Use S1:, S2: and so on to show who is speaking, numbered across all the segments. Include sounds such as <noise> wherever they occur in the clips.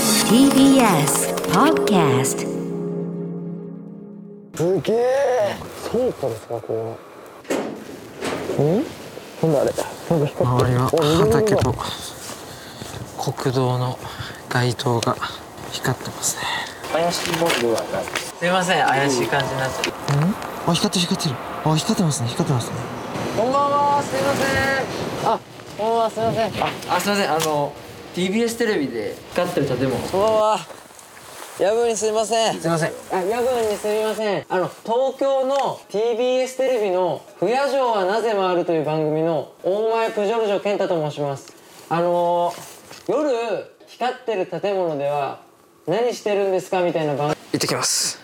S1: TBS Podcast
S2: すげえ倉庫ですかこれはんなんだあれなんか光って
S3: 周りは
S2: お緑色だ
S3: 畑と国道の街灯が光ってますね
S2: 怪しいものではない
S3: すいません怪しい感じになっちゃったんあ光ってる光ってるあ光ってますね光ってますね
S2: こんばんはすいませんあこんばんはすいませんあ
S3: あすいませんあの TBS テレビで光ってる建物
S2: こんばんは夜分にすいません
S3: すいません
S2: あ夜分にすみませんあの東京の TBS テレビの「不夜城はなぜ回る」という番組の大前プジョルジョ健太と申しますあのー、夜光ってる建物では何してるんですかみたいな番
S3: 行ってきます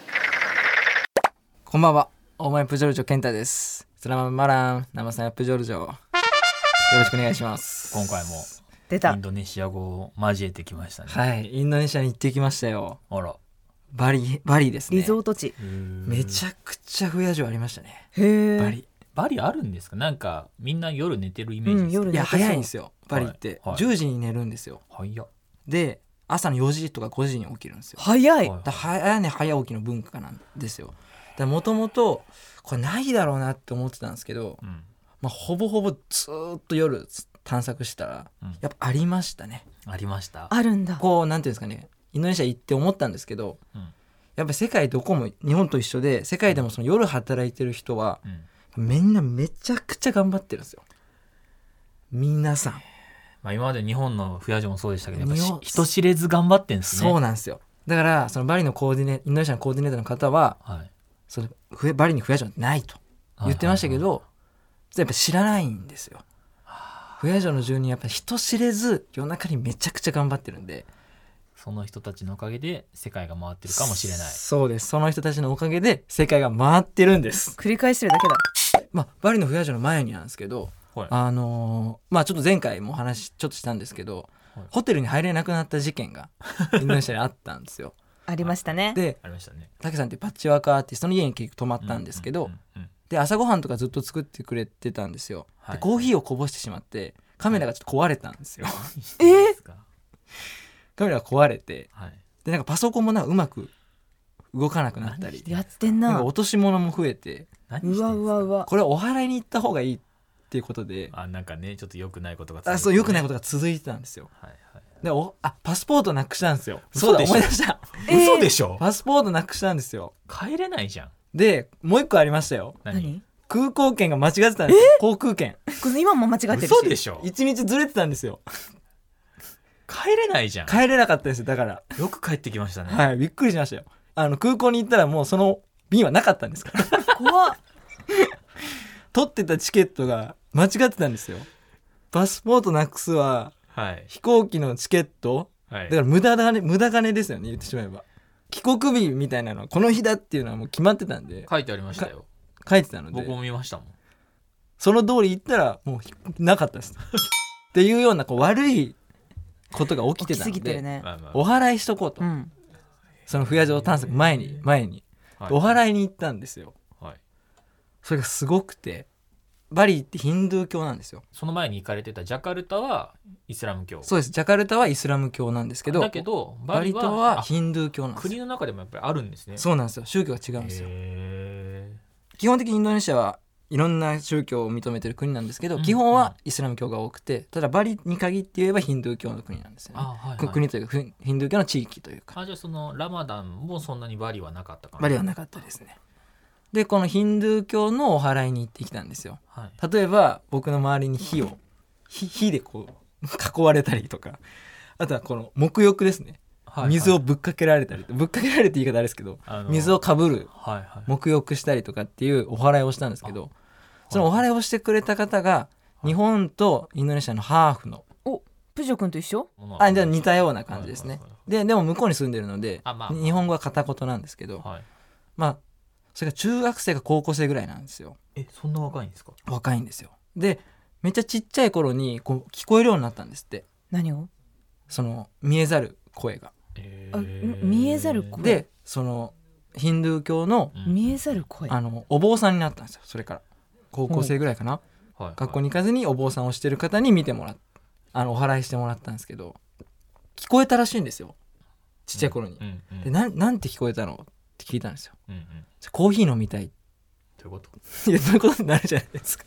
S3: こんばんは大前プジョルジョ健太ですスラマンマラン生さんプジョルジョよろしくお願いします
S4: 今回も
S5: 出
S4: イ
S5: た
S4: ンドネシア語を交えてきましたね。
S3: はいインドネシアに行ってきましたよ
S4: あら、
S3: バリバリですね
S5: リゾート地、
S3: めちゃくちゃ不夜城ありましたね
S5: へえ
S3: バリ
S4: バリあるんですかなんかみんな夜寝てるイメー
S5: うん
S4: ジですけど、
S5: 夜
S3: いや
S5: 寝てそう
S3: 早いんですよバリって、
S4: はいはい
S3: 10時に寝るんですよ
S4: 早っ
S3: で朝の4時とか5時に起きるんですよ
S5: 早い
S4: はい
S3: だから早寝早起きの文化なんですよもともとこれないだろうなって思ってたんですけど、
S4: うん
S3: まあ、ほぼほぼずーっと夜探索したら、
S4: うん
S3: やっぱありましたね
S4: ありました。
S5: あるんだ
S3: こうなんていうんですかねインドネシア行って思ったんですけど
S4: うん
S3: やっぱ世界どこも日本と一緒で世界でもその夜働いてる人は
S4: うん
S3: みんなめちゃくちゃ頑張ってるんですよ皆さん
S4: まあ、今まで日本の不夜城もそうでしたけど、やっぱ
S3: 日
S4: し
S3: 本
S4: 人知れず頑張ってんですね。
S3: そうなんですよだからそのバリのコーディネインドネシアのコーディネーターの方は
S4: はい、
S3: そのふえバリに不夜城ってないと言ってましたけど、やっぱ知らないんですよ不夜城の住人やっぱ人知れず夜中にめちゃくちゃ頑張ってるんで
S4: その人たちのおかげで世界が回ってるかもしれない。
S3: そうですその人たちのおかげで世界が回ってるんです
S5: 繰り返してるだけだ
S3: まあバリの不夜城の前になんですけど
S4: はい
S3: あのーまあちょっと前回もお話ちょっとしたんですけど、
S4: はい
S3: ホテルに入れなくなった事件
S4: <laughs>
S3: がインドネシアにあったんですよ
S5: ありましたね
S3: で
S4: ありましたね。
S3: タケさんってパッチワークアーティストの家に結局泊まったんですけど、
S4: うんうんうん
S3: で朝ごはんとかずっと作ってくれてたんですよ、
S4: はい
S3: でコーヒーをこぼしてしまってカメラがちょっと壊れたんですよ、
S4: うん、えー、
S3: <laughs> カメラが壊れて
S4: はい。
S3: でなんかパソコンもなんかうまく動かなくなったり
S5: やってん
S3: なん
S5: な
S3: か落とし物も増えて
S4: 何してん
S5: う
S4: ですか
S5: わうわうわ
S3: これはお祓いに行った方がいいっていうことで
S4: あ、なんかね、ちょっと良くないことが続いてね、
S3: あそう良くない
S4: い
S3: ことが続いてたんですよ
S4: はいはい。
S3: でおあパスポートなくしたんですよそう
S4: 嘘
S3: だ
S4: でしょ
S3: 思い出した
S5: えー
S4: <laughs> 嘘でしょ
S3: パスポートなくしたんですよ
S4: 帰れないじゃん。
S3: でもう一個ありましたよ
S5: 何
S3: 空港券が間違ってたんですよ航空券
S5: これ今も間違ってるし
S4: 嘘でしょ
S3: 一日ずれてたんですよ
S4: 帰れないじゃん。
S3: 帰れなかったんですよだから
S4: よく帰ってきましたね。
S3: はい、びっくりしましたよ。あの空港に行ったらもうその便はなかったんですから。
S5: 怖っ
S3: <laughs> 取ってたチケットが間違ってたんですよ。パスポートなくすは
S4: はい。
S3: 飛行機のチケット
S4: はい
S3: だから無駄だね無駄金ですよね言ってしまえば。帰国日みたいなのはこの日だっていうのはもう決まってたんで
S4: 書いてありましたよ。
S3: 書いてたの
S4: 僕
S3: で
S4: も見ましたもん。
S3: その通り行ったらもうひなかったですっていうようなこう悪いことが
S5: 起
S3: 起きて
S5: き
S3: た
S5: す
S3: の
S5: ぎてる
S3: で
S5: ね
S4: まあまあ
S3: お祓いしとこうと
S5: うん
S3: その不夜城探索前に前に
S4: はい
S3: お祓いに行ったんですよ
S4: はい。
S3: それがすごくてバリってヒンドゥー教なんですよ
S4: その前に行かれてたジャカルタはイスラム教。
S3: そうですジャカルタはイスラム教なんですけど
S4: だけど、
S3: バ
S4: バ
S3: リ
S4: リ
S3: 島
S4: は
S3: はヒンドゥー教なん
S4: あ
S3: です
S4: 国
S3: よ
S4: の中でもやっぱりあるんですね。
S3: そうなんですよ宗教が違うんですよ
S4: へ
S3: 基本的にインドネシアはいろんな宗教を認めてる国なんですけど、
S4: うん
S3: 基本はイスラム教が多くてただバリに限って言えばヒンドゥー教の国なんです
S4: ー
S3: よ
S4: あ、
S3: ね
S4: はい、
S3: く
S4: はい。
S3: 国というかふヒンドゥー教の地域というか
S4: あ、じゃあそのラマダンもそんなにバリはなかったかな。
S3: バリはなかったですねでこのヒンドゥー教のお祓いに行ってきたんですよ
S4: はい。
S3: 例えば僕の周りに火を火火でこう囲われたりとかあとはこの沐浴ですね
S4: はいはい
S3: 水を、ぶっかけられたりぶっかけられて言い方あれですけど
S4: あの
S3: 水をかぶる
S4: はいはい。
S3: 沐浴したりとかっていうお祓いをしたんですけどそのお祓いをしてくれた方が日本とインドネシアのハーフの
S5: おプジョ君と一緒
S4: ものは
S3: あじゃあ似たような感じです
S4: はい
S3: ね
S4: はいはい
S3: ででも向こうに住んでるので
S4: あまあ
S3: 日本語は片言なんですけど
S4: はい。
S3: まあそれが中学生か高校生ぐらいなんですよ
S4: え、そんな若いんですか
S3: 若いんですよでめっちゃちっちゃい頃にこう聞こえるようになったんですって
S5: 何を
S3: その見えざる声が
S4: へ
S5: あ
S4: ー
S5: 見えざる声
S3: でそのヒンドゥー教の
S4: うん
S5: 見えざる声
S3: あのお坊さんになったんですよそれから高校生ぐらいかな
S4: はいはい
S3: 学校に行かずにお坊さんをしてる方に見てもらっあのお祓いしてもらったんですけど聞こえたらしいんですよちっちゃい頃に、
S4: うんうん
S3: でなんなんて聞こえたのって聞いたんですよ
S4: うんうん
S3: じゃあコーヒー飲みたい <laughs>
S4: ということ
S3: いやそういうことになるじゃないですか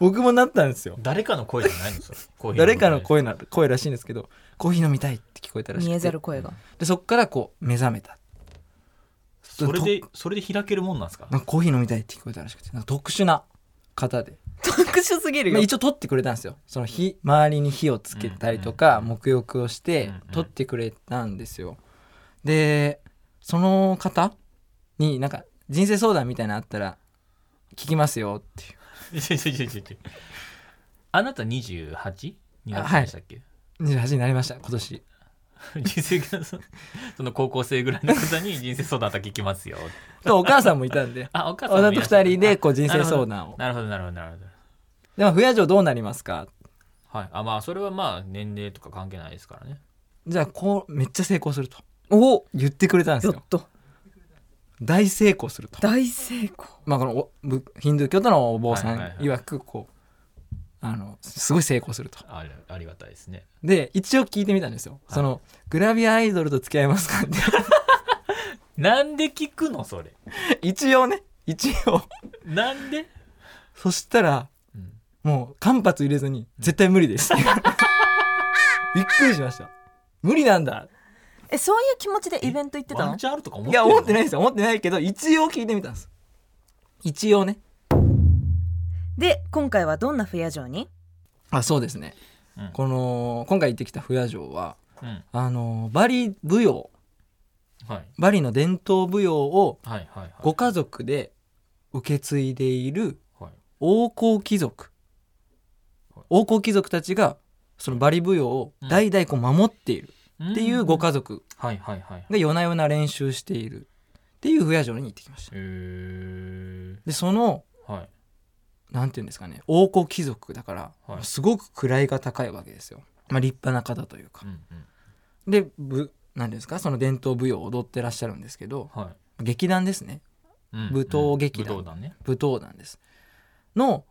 S3: 僕もなったんですよ
S4: 誰かの声じゃないのそれコーヒー
S3: 誰かの声な声らしいんですけどコーヒー飲みたいって聞こえたらしく
S5: 見
S3: て
S5: えざる声が
S3: でそっからこう目覚めた
S4: それでそれで開けるもんなんですか
S3: なんかコーヒー飲みたいって聞こえたらしくてなんか特殊な方で、
S5: 特殊すぎる
S3: まあ、
S5: よ
S3: 一応取ってくれたんですよその火周りに火をつけたりとか
S4: うんうん
S3: 沐浴をして
S4: うんうん
S3: 取ってくれたんですよでその方になんか人生相談みたいなのあったら聞きますよっていう
S4: いやいやいやいやいやあなた 28? になったんでしたっけ、
S3: 28になりました今年
S4: 人生がそその高校生ぐらいの方に人生相談だけ聞きますよ
S3: とお母さんもいたんで
S4: あお母さんも
S3: 私
S4: い
S3: と
S4: らっしゃ
S3: 2
S4: る
S3: 人でこう人生相談を
S4: なるほどなるほどなるほど
S3: 「でも不夜城どうなりますか?
S4: はいあまあそれはまあ年齢とか関係ないですからね」
S3: じゃあこうめっちゃ成功すると
S5: お
S3: 言ってくれたんです
S5: や
S3: よ
S5: っと
S3: 大成功すると
S5: 大成功
S3: まあ、このおぶヒンドゥー教徒のお坊さん
S4: はいはいは
S3: 曰
S4: い
S3: くこう、あのすごい成功すると
S4: ありありがたいですね
S3: で一応聞いてみたんですよ、
S4: はい
S3: そのグラビアアイドルと付き合いますかって
S4: なんで聞くのそれ
S3: 一応ね一応
S4: なんで、
S3: そしたら
S4: うん
S3: もう間髪入れずに絶対無理ですってびっくりしました無理なんだ
S5: えそういう気持ちでイベント行ってた
S4: ワ
S5: の
S4: ンチャンあるとか思っ
S3: い
S4: て
S3: や思ってない
S4: い
S3: ですよ思ってないけど一応聞いてみたんです一応ね
S5: で今回はどんな不夜城に
S3: あそうですね、
S4: うん
S3: この今回行ってきた不夜城は
S4: うん
S3: あのバリ舞踊
S4: はい
S3: バリの伝統舞踊を
S4: はいはいはい
S3: ご家族で受け継いでいる
S4: はい
S3: 王侯貴族
S4: はい
S3: 王侯貴族たちがそのバリ舞踊を代々こう守っているっていうご
S4: 族
S3: 家族
S4: はいはいはいはい
S3: が夜な夜な練習しているっていう不夜城に行ってきました
S4: へー
S3: でその
S4: はい
S3: なんていうんですかね王侯貴族だから
S4: はい
S3: すごく位が高いわけですよ、まあ、立派な方というか
S4: うんうん
S3: でぶなんていうんですかその伝統舞踊を踊ってらっしゃるんですけど
S4: はい
S3: 劇団ですね
S4: うん
S3: 舞踏劇
S4: う
S3: 団
S4: ん舞踏団ね
S3: 舞踏団ですの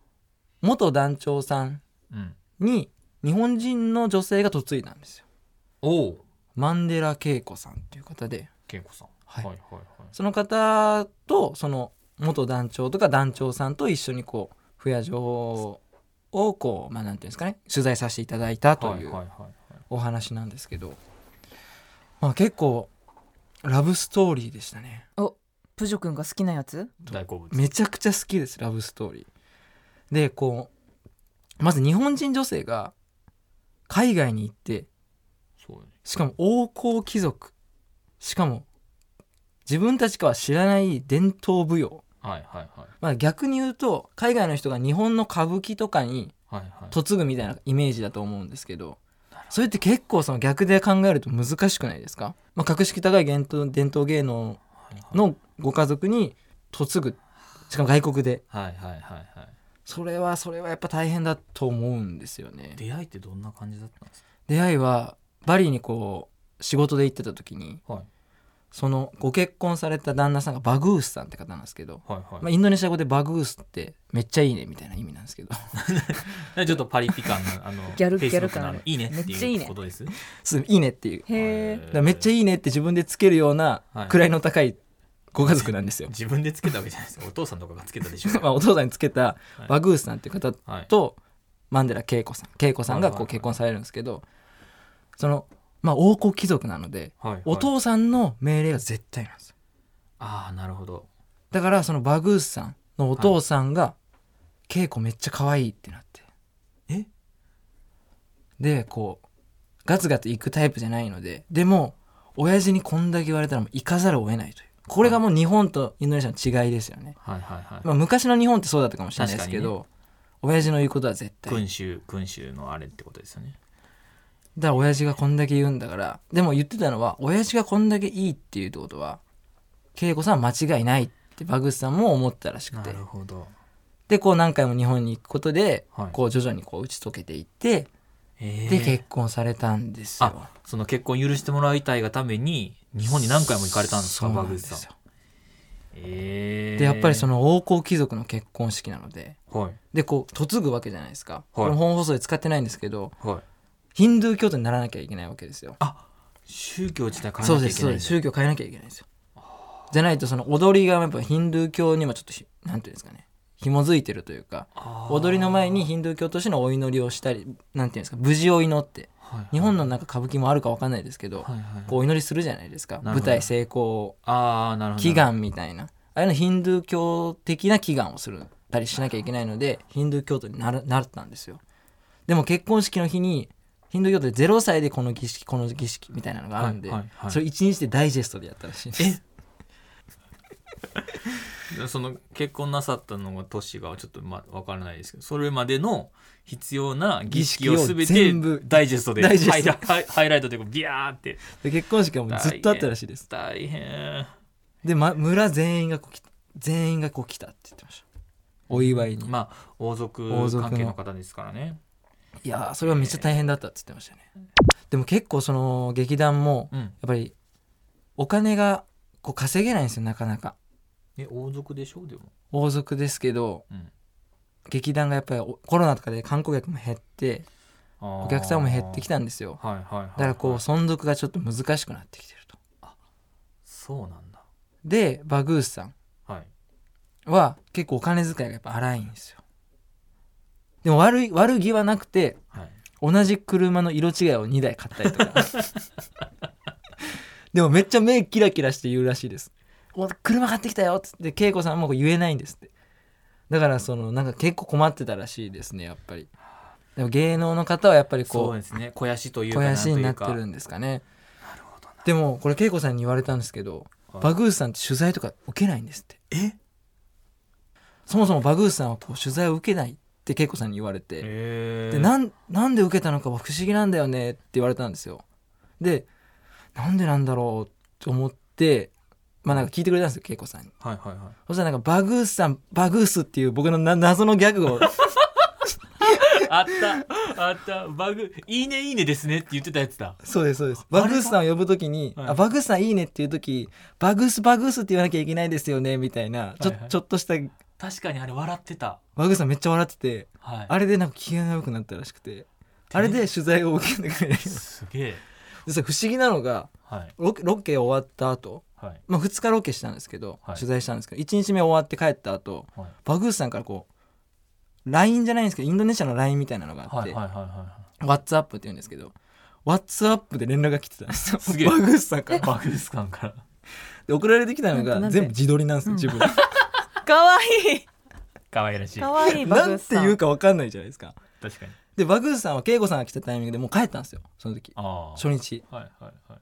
S3: 元団長さん
S4: うん
S3: に日本人の女性が嫁いだんですよ
S4: おお
S3: マンデラ恵子さんっていう方で
S4: 恵子さん
S3: はい
S4: はいはい
S3: その方とその元団長とか団長さんと一緒にこう不夜城をこうまあなんていうんですかね取材させていただいたと
S4: はいはい
S3: い
S4: はいうはい
S3: お話なんですけど、まあ、結構ラブストーリーでしたね
S5: おプジョ君が好きなやつ
S4: 大好物
S3: めちゃくちゃ好きですラブストーリーでこうまず日本人女性が海外に行って
S4: そうよね
S3: しかも王侯貴族しかも自分たちかは知らない伝統舞踊、
S4: はいはいはい
S3: まあ、逆に言うと海外の人が日本の歌舞伎とかに
S4: はいはい
S3: 嫁ぐみたいなイメージだと思うんですけどそれって結構その逆で考えると難しくないですか、まあ、格式高い伝統伝統芸能のご家族に嫁ぐしかも外国で
S4: はいはいはいは
S3: それはそれはやっぱ大変だと思うんですよね
S4: い出会いってどんな感じだったんです
S3: 出会いはバリにこう仕事で行ってた時に
S4: かはい
S3: そのご結婚された旦那さんがバグースさんって方なんですけど、
S4: はい
S3: まあ、
S4: は
S3: インドネシア語でバグースってめっちゃいいねみたいな意味なんですけど <laughs>
S4: いちょっとパリピ感のあ <laughs> の
S5: ギャル
S4: Facebook
S5: ギャル感ある
S4: のいいねって
S5: めっちゃいい
S4: いう
S5: ね
S4: ことです
S3: そういいねっていう
S5: へえ
S3: だからめっちゃ
S4: い
S3: いいねって自分でつけるような
S4: はい
S3: 位の高いご家族なん
S4: <laughs>
S3: ですよ、
S4: 自分でつけたわけじゃないですよお父さんとかがつけたでしょ
S3: まあ、お父さんにつけたバグースさんっていう方
S4: はい
S3: とマンデラ恵子さん恵子さんがこう結婚されるんですけどそのまあ王侯貴族なので
S4: はいはい
S3: お父さんの命令が絶対なんですよ
S4: ああなるほど
S3: だからそのバグースさんのお父さんが「恵子めっちゃ可愛いってなって
S4: え
S3: でこうガツガツ行くタイプじゃないのででも親父にこんだけ言われたらもう行かざるを得ないというこれがもう日本とインドネシアの違いですよね、
S4: はいはいはい
S3: まあ、昔の日本ってそうだったかもしれないですけど、親父の言うことは絶対だか
S4: 君主君主のあれってことですよね
S3: ら親父がこんだけ言うんだからでも言ってたのは親父がこんだけいいっていうってことは恵子さんは間違いないってバグスさんも思ったらしく
S4: な
S3: て
S4: るほど
S3: でこう何回も日本に行くことで、
S4: はい
S3: こう徐々にこう打ち解けていって
S4: え
S3: で結婚されたんですよ。
S4: あその結婚許してもらいたいがために日本に何回も行かれたんですか
S3: そうな
S4: バ
S3: ん
S4: グ
S3: で
S4: ーさん
S3: すよ
S4: ええ
S3: でやっぱりその王侯貴族の結婚式なので
S4: はい
S3: でこう嫁ぐわけじゃないですか、
S4: はい
S3: これも本放送で使ってないんですけど
S4: は
S3: ヒンドゥー教徒にならなきゃいけないわけですよ。
S4: 宗教自体変
S3: そう
S4: えなきゃ
S3: で
S4: い
S3: す
S4: け
S3: そ
S4: な
S3: う
S4: いん
S3: で
S4: だ
S3: す宗教変えなきゃいけないんですよじゃないとその踊りがやっぱヒンドゥー教にもちょっとひなんていうんですかね紐づいてるというか
S4: あー
S3: 踊りの前にヒンドゥー教としてのお祈りをしたりなんていうんですか無事を祈って
S4: はいはい
S3: 日本のなんか歌舞伎もあるかわかんないですけど、
S4: はいはい
S3: こうお祈りするじゃないですか
S4: るほど
S3: 舞台成功
S4: ああなるほど
S3: 祈願みたいなああいうのヒンドゥー教的な祈願をするたりしなきゃいけないのでヒンドゥー教徒になるなったんですよでも結婚式の日にヒンドゥー教徒で0歳でこの儀式この儀式みたいなのがあるんで、
S4: はいはいはい
S3: それ1日でダイジェストでやったらしいんです
S4: でその結婚なさったのが年がちょっとまあわからないですけどそれまでの必要な儀式を
S3: 儀式
S4: す
S3: を
S4: べて
S3: 全部
S4: ダイジェストで
S3: ダイジェ
S4: ハイ
S3: スト
S4: ラハイハイライトでこうビャーって
S3: で結婚式はもうずっとあったらしいです
S4: 大変
S3: で、ま、村全員がこう来た全員がこう来たって言ってましたお祝いに、
S4: まあ王族
S3: 王族の
S4: 関係の方ですからね
S3: いやーそれはめっちゃ大変だったって言ってましたねでも結構その劇団も
S4: う
S3: やっ
S4: ん
S3: ぱりお金がこう稼げないんですよなかなか
S4: え王族でしょでも
S3: 王族ですけど
S4: うん
S3: 劇団がやっぱりおコロナとかで観光客も減ってお
S4: お
S3: 客さんも減ってきたんですよ
S4: はいはいはい、はい、
S3: だからこう存続がちょっと難しくなってきてると
S4: そうなんだ
S3: でバグースさん
S4: はい
S3: は結構お金遣いがやっぱ荒いんですよでも悪い悪気はなくて
S4: はい
S3: 同じ車の色違いを2台買ったりと
S4: <laughs>
S3: かでもめっちゃ目キラキラして言うらしいです「お車買ってきたよ」っつって恵子さんもこう言えないんですってだからそのなんか結構困ってたらしいですねやっぱりでも芸能の方はやっぱり
S4: そう
S3: こ
S4: ですね肥やしといううか
S3: 肥やしになっ
S4: ん
S3: て
S4: という
S3: る
S4: か
S3: んですかねでもこれ恵子さんに言われたんですけど、
S4: はい
S3: バグースさんって取材とか受けないんですって
S4: え
S3: そもそもバグースさんはこう取材を受けないって恵子さんに言われて、
S4: えー、
S3: でなんなんで受けたのかは不思議なんだよねって言われたんですよでなんでなんだろうと思ってまあなんか聞いてくれたんですよ恵子さんに
S4: はいはいはい
S3: そしたらなんかバグースさんバグースっていう僕のな謎のギャグ
S4: <laughs>
S3: を
S4: あったあったバグ「いいねいいねですね」って言ってたやつだ
S3: そうですそうですバグースさんを呼ぶ時に「
S4: はい
S3: あバグースさんいいね」っていう時「バグースバグースって言わなきゃいけないですよね」みたいなちょ,、
S4: はいはい
S3: ちょっとした
S4: 確かにあれ笑ってた
S3: バグースさんめっちゃ笑ってて
S4: はい
S3: あれでなんか機嫌が良くなったらしくてあれで取材を受けて
S4: <laughs>
S3: くれる
S4: すげえ
S3: でそれ不思議なのが
S4: はい
S3: ロケロケ終わった後
S4: はい
S3: まあ、2日ロケしたんですけど、
S4: はい
S3: 取材したんですけど1日目終わって帰った後
S4: はい
S3: バグースさんからこう LINE じゃないんですけどインドネシアの LINE みたいなのがあっ
S4: はいはい
S3: て、
S4: はいは
S3: WhatsApp って言うんですけど WhatsApp で連絡が来てたんですよ
S4: すげえ
S3: バグースさんか
S4: い
S3: ら
S4: バグですかんから
S3: <laughs> で送られてきたの
S5: なんてな
S3: が
S5: んて
S3: 全部自撮りなんですよ自分、
S5: かわいい
S4: 可愛らしい
S5: かわいい <laughs> バ
S3: な
S5: グー
S3: ん
S5: ス
S3: て
S5: さん
S3: 言うか分かんないじゃないですか
S4: 確かに
S3: でバグースさんは恵子さんが来たタイミングでもう帰ったんですよその時
S4: あ
S3: 初日
S4: あはいはいはい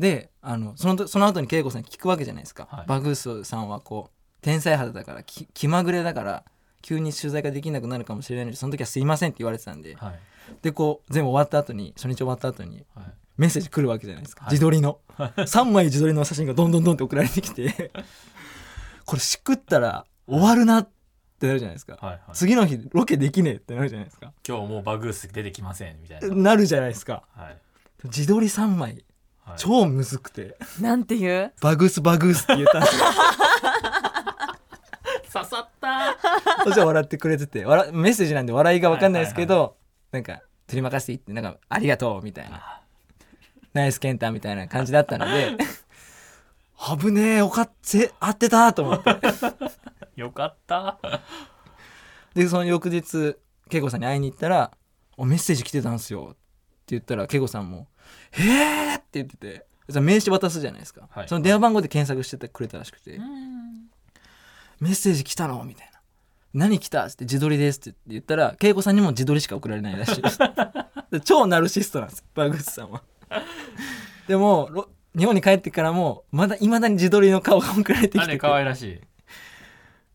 S3: であのその時その後に恵子さんに聞くわけじゃないですか、
S4: はい
S3: バグースさんはこう天才肌だからき気まぐれだから急に取材ができなくなるかもしれないのでその時は「すいません」って言われてたんで
S4: はい
S3: でこう全部終わった後に初日終わった後に
S4: はい
S3: メッセージ来るわけじゃないですか、
S4: はい
S3: 自撮りの3枚自撮りの写真がどんどんどんって送られてき
S4: <laughs>
S3: てこれしくったら終わるなってなるじゃないですか、
S4: はいはい
S3: 次の日ロケできねえってなるじゃないですか
S4: 今日もうバグース出てきませんみたいな
S3: なるじゃないですか
S4: はい
S3: 自撮り3枚
S4: はい
S3: 超むずくて、
S5: なんて言う
S3: バグースバグースって言ったんですよ
S4: 刺さった
S3: そしたら笑ってくれてて笑メッセージなんで笑いが分かんないですけど、なんか「取り任せて」ってなんか「ありがとう」みたいな「ナイスケンタ」みたいな感じだったので「 <laughs> 危ねえよかって合ってた」と思って
S4: よかった
S3: <laughs> でその翌日恵子さんに会いに行ったら「おメッセージ来てたんすよ」って言ったら恵子さんも「へえ!」って言っててその名刺渡すじゃないですか、
S4: はい
S3: その電話番号で検索しててくれたらしくて「メッセージ来たの?」みたいな「何来た?」って「自撮りです」って言ったら恵子さんにも自撮りしか送られないら
S4: <laughs>
S3: しいですで超ナルシストなんですバグスさんはでもろ日本に帰ってからもまだいまだに自撮りの顔が送られてき
S4: あ
S3: て
S4: れ
S3: て
S4: 可愛らしい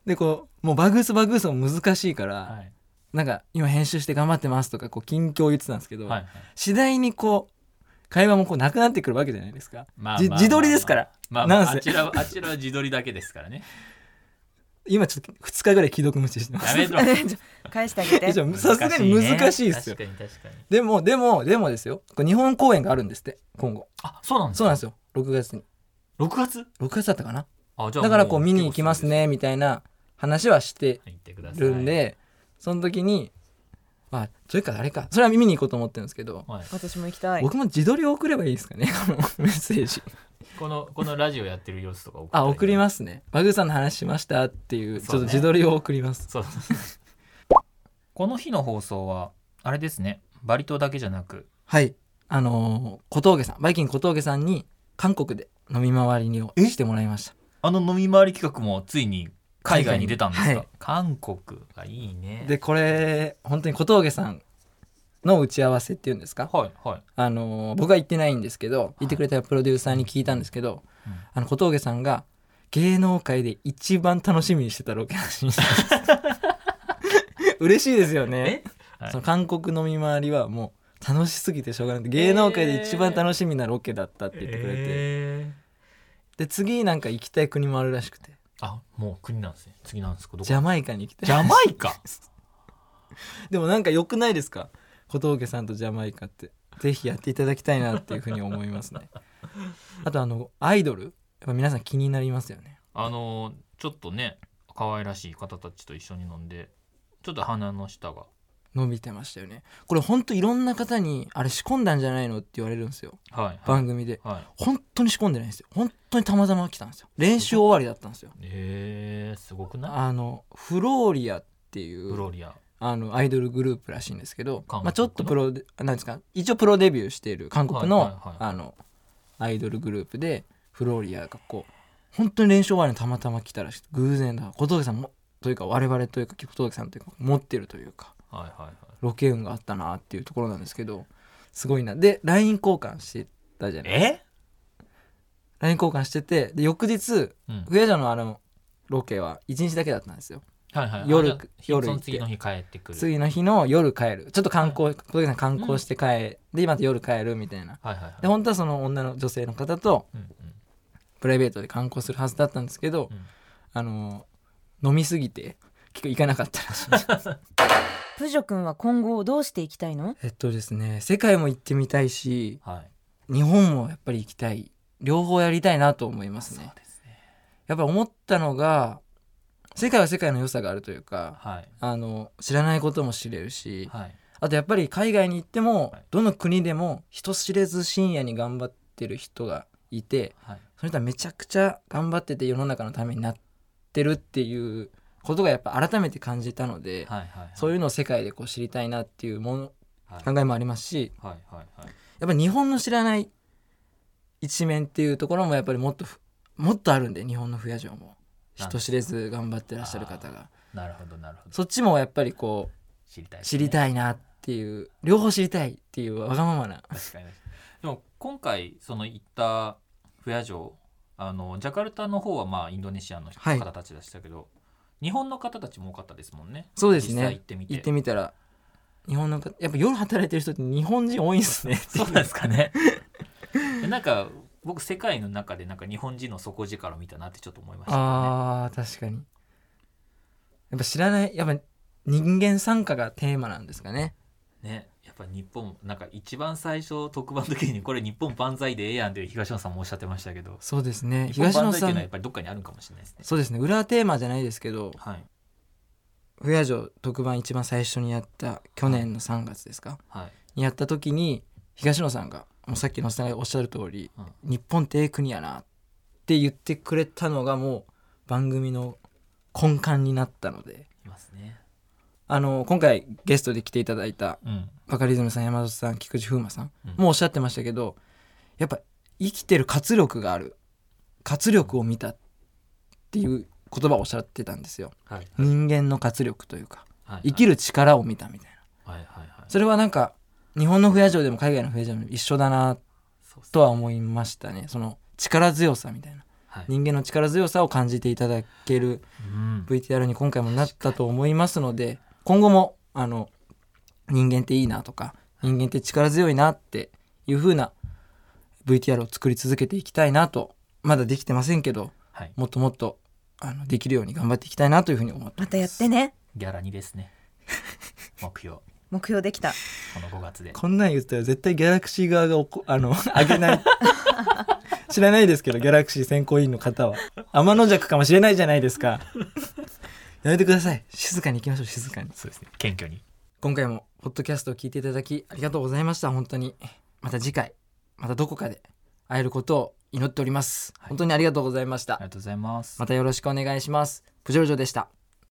S3: でこうもうバグースバグースも難しいから、
S4: はい
S3: なんか今編集して頑張ってますとかこう近況言ってたんですけど、
S4: はいはい
S3: 次第にこう会話もこうなくなってくるわけじゃないですか、
S4: まあ
S3: じ
S4: まあ
S3: 自撮りですから、
S4: まあまあ
S3: な
S4: あ
S3: んせ
S4: ちらはあちらは自撮りだけですから
S3: <laughs>
S4: ね
S3: 今ちょっと2日ぐらい既読無視してま
S4: や
S3: す
S4: め
S5: <laughs>
S4: ろ
S5: 返してあげて
S3: ちょさすがに難しいですよ、
S4: 難しね確かに確かに
S3: でもでもでもですよこれ日本公演があるんですって今後
S4: あそうなんです
S3: そうなんですよ6月に
S4: 6月
S3: 6月だったかな
S4: あじゃあ
S3: だからこう
S4: も
S3: 見に行きますねみたいな話はして
S4: 行ってください
S3: るんで、その時にまあというかあれかそれは見に行こうと思ってるんですけど、
S4: はい、
S5: 私も行きたい
S3: 僕も自撮りを送ればいいですかね <laughs> このメッセージ
S4: このこのラジオやってる様子とか送った
S3: あ送りますすねバグーさんの話しましたっていうちょ
S4: そ
S3: っと
S4: うね
S3: 自撮りを送ります
S4: そう <laughs> この日の放送はあれですねバリ島だけじゃなく
S3: はいあのー小峠さんバイキング小峠さんに韓国で飲み回りをしてもらいました
S4: あの飲み回り企画もついに海外に出たんですか、
S3: 海外に
S4: 韓国がいいね
S3: でこれ本当に小峠さんの打ち合わせっていうんですか
S4: はいはい
S3: あのー僕は行ってないんですけど行ってくれたプロデューサーに聞いたんですけど、
S4: うん
S3: あの小峠さんが芸能界で一番楽しみにしてたロケらしいんです
S4: <laughs>
S3: 嬉しいですよね、
S4: はい
S3: その韓国飲み回りはもう楽しすぎてしょうがなくて芸能界で一番楽しみなロケだったって言ってくれて、
S4: え
S3: で次なんか行きたい国もあるらしくて
S4: ーあもう国なんですね次なんですかどこ
S3: ジャマイカに行きたい
S4: ジャマイカ
S3: でもなんか良くないですか小峠さんとジャマイカってぜひやっていただきたいなっていうふうに思いますねあとあのアイドルやっぱ皆さん気になりますよね
S4: <laughs> あのーちょっとね可愛らしい方たちと一緒に飲んでちょっと鼻の下が
S3: 伸びてましたよねこれほんといろんな方にあれ仕込んだんじゃないのって言われるんですよ
S4: はいはい、
S3: 番組で
S4: はい、
S3: 本当に仕込んでないんですよ本当にたまたま来たんですよ練習終わりだったんですよ
S4: えー、すごくない
S3: あのフローリアってい
S4: フロ
S3: う
S4: リア
S3: あのアイドルグループらしいんですけど
S4: 韓、国の
S3: まあ、ちょっとプロでなんですか一応プロデビューしている韓国の,、
S4: はいはいはい
S3: あのアイドルグループでフローリアがこう本当に練習終わりにたまたま来たらしくて偶然だ小峠さんもというか我々というか小峠さんというか持ってるというか
S4: はいはいはい
S3: ロケ運があったなっていうところなんですけどすごいなで LINE 交換してたじゃない
S4: え
S3: LINE 交換しててで翌日
S4: うん
S3: フヤジャのあのロケは1日だけだったんですよ
S4: はいはい、
S3: 夜
S4: あじゃあ
S3: 夜
S4: そ
S3: 行っ
S4: の
S3: て
S4: 次の日帰ってくる
S3: 次の日の夜帰るちょっと観光小池さん観光して帰るで今と夜帰るみたいな
S4: はいはいはい
S3: で本当はその女の女性の方と
S4: うんうん
S3: プライベートで観光するはずだったんですけど、
S4: うん
S3: あの飲みすぎて結構行かなかったらしいんです
S5: プジョ君は今後どうしていきたいの
S3: <laughs> えっとですね世界も行ってみたいし
S4: はい
S3: 日本もやっぱり行きたい両方やりたいなと思いますね
S4: ですね
S3: やっぱり思ったのが世界は世界の良さがあるというか
S4: はい
S3: あの知らないことも知れるし、
S4: はい
S3: あとやっぱり海外に行っても、
S4: はい
S3: どの国でも人知れず深夜に頑張ってる人がいて
S4: はい
S3: その人はめちゃくちゃ頑張ってて世の中のためになってるっていうことがやっぱ改めて感じたので、
S4: はいはい
S3: そう
S4: いう
S3: いうのを世界でこう知りたいなっていうもの
S4: はいはい
S3: 考えもありますし
S4: はいは
S3: や
S4: い
S3: っぱり日本の知らない一面っていうところもやっぱりもっとふもっとあるんで日本の不夜城も
S4: なん
S3: 人知れず頑張ってらっしゃる方が
S4: なるほどなるほど
S3: そっちもやっぱりこう
S4: 知りたいです
S3: 知
S4: ね
S3: りたいなっていう両方知りたいっていうわがままな
S4: 確かにでも今回その行った不夜城あのジャカルタの方はまあインドネシアの
S3: はい
S4: 方たちでしたけど、日本の方たちも多かったですもんね
S3: そうです
S4: 実際行
S3: ね
S4: ってみて
S3: 行ってみたら日本の方やっぱ夜働いてる人って日本人多いんですね
S4: <laughs> そうなんですかねでなんか僕世界の中でなんか日本人の底力を見たなってちょっと思いましたね
S3: あー確かにやっぱ知らないやっぱ人間参加がテーマなんですかね
S4: ねやっぱ日本なんか一番最初特番の時にこれ日本万歳でええやんって東野さんもおっしゃってましたけど
S3: そうですね
S4: 日本
S3: 東
S4: 万
S3: 野
S4: 歳ってい
S3: さ
S4: うのはやっ
S3: ん
S4: ぱりどっかにあるんかもしれないですね
S3: そうですね裏テーマじゃないですけど
S4: はい
S3: 不夜城特番一番最初にやった去年の3月ですか
S4: はい
S3: にやった時に東野さんがもうさっきのさんがおっしゃる通り、
S4: う
S3: 日本ってええ国やなって言ってくれたのがもう番組の根幹になったので
S4: いますね
S3: あの今回ゲストで来ていただいた
S4: うん
S3: バカリズムさん山里さん菊池風磨さん
S4: うん
S3: もおっしゃってましたけどやっぱ生きてる活力がある活力を見たっていう言葉をおっしゃってたんですよ
S4: はい
S3: 人間の活力というか
S4: はい
S3: 生き
S4: る
S3: る力を見たみたいな
S4: はいはいはい
S3: それはなんか日本の不夜城でも海外の不夜城でも一緒だな
S4: そうっす
S3: とは思いましたねその力強さみたいな
S4: はい
S3: 人間の力強さを感じていただける
S4: うん
S3: VTR に今回もなったと思いますので今後もあの人間っていいなとか人間って力強いなっていう風な VTR を作り続けていきたいなとまだできてませんけど
S4: はい
S3: もっともっとあのできるように頑張っていきたいなという風に思って
S5: またやってね
S4: ギャラにです <laughs> ね目標こ
S5: 目標できた
S4: の5月で
S3: こんなん言ったら絶対ギャラクシー側がおこあの <laughs> あげない知らないですけどギャラクシー選考委員の方は天の弱かもしれないじゃないですかやめてください静かに行きましょう静かに
S4: そうですね謙虚に
S3: 今回も「ポッドキャストを聞いていただきありがとうございました本当にまた次回またどこかで会えることを祈っております、本当にありがとうございました
S4: りがとうございます。
S3: またよろしくお願いしますプジョルジョでした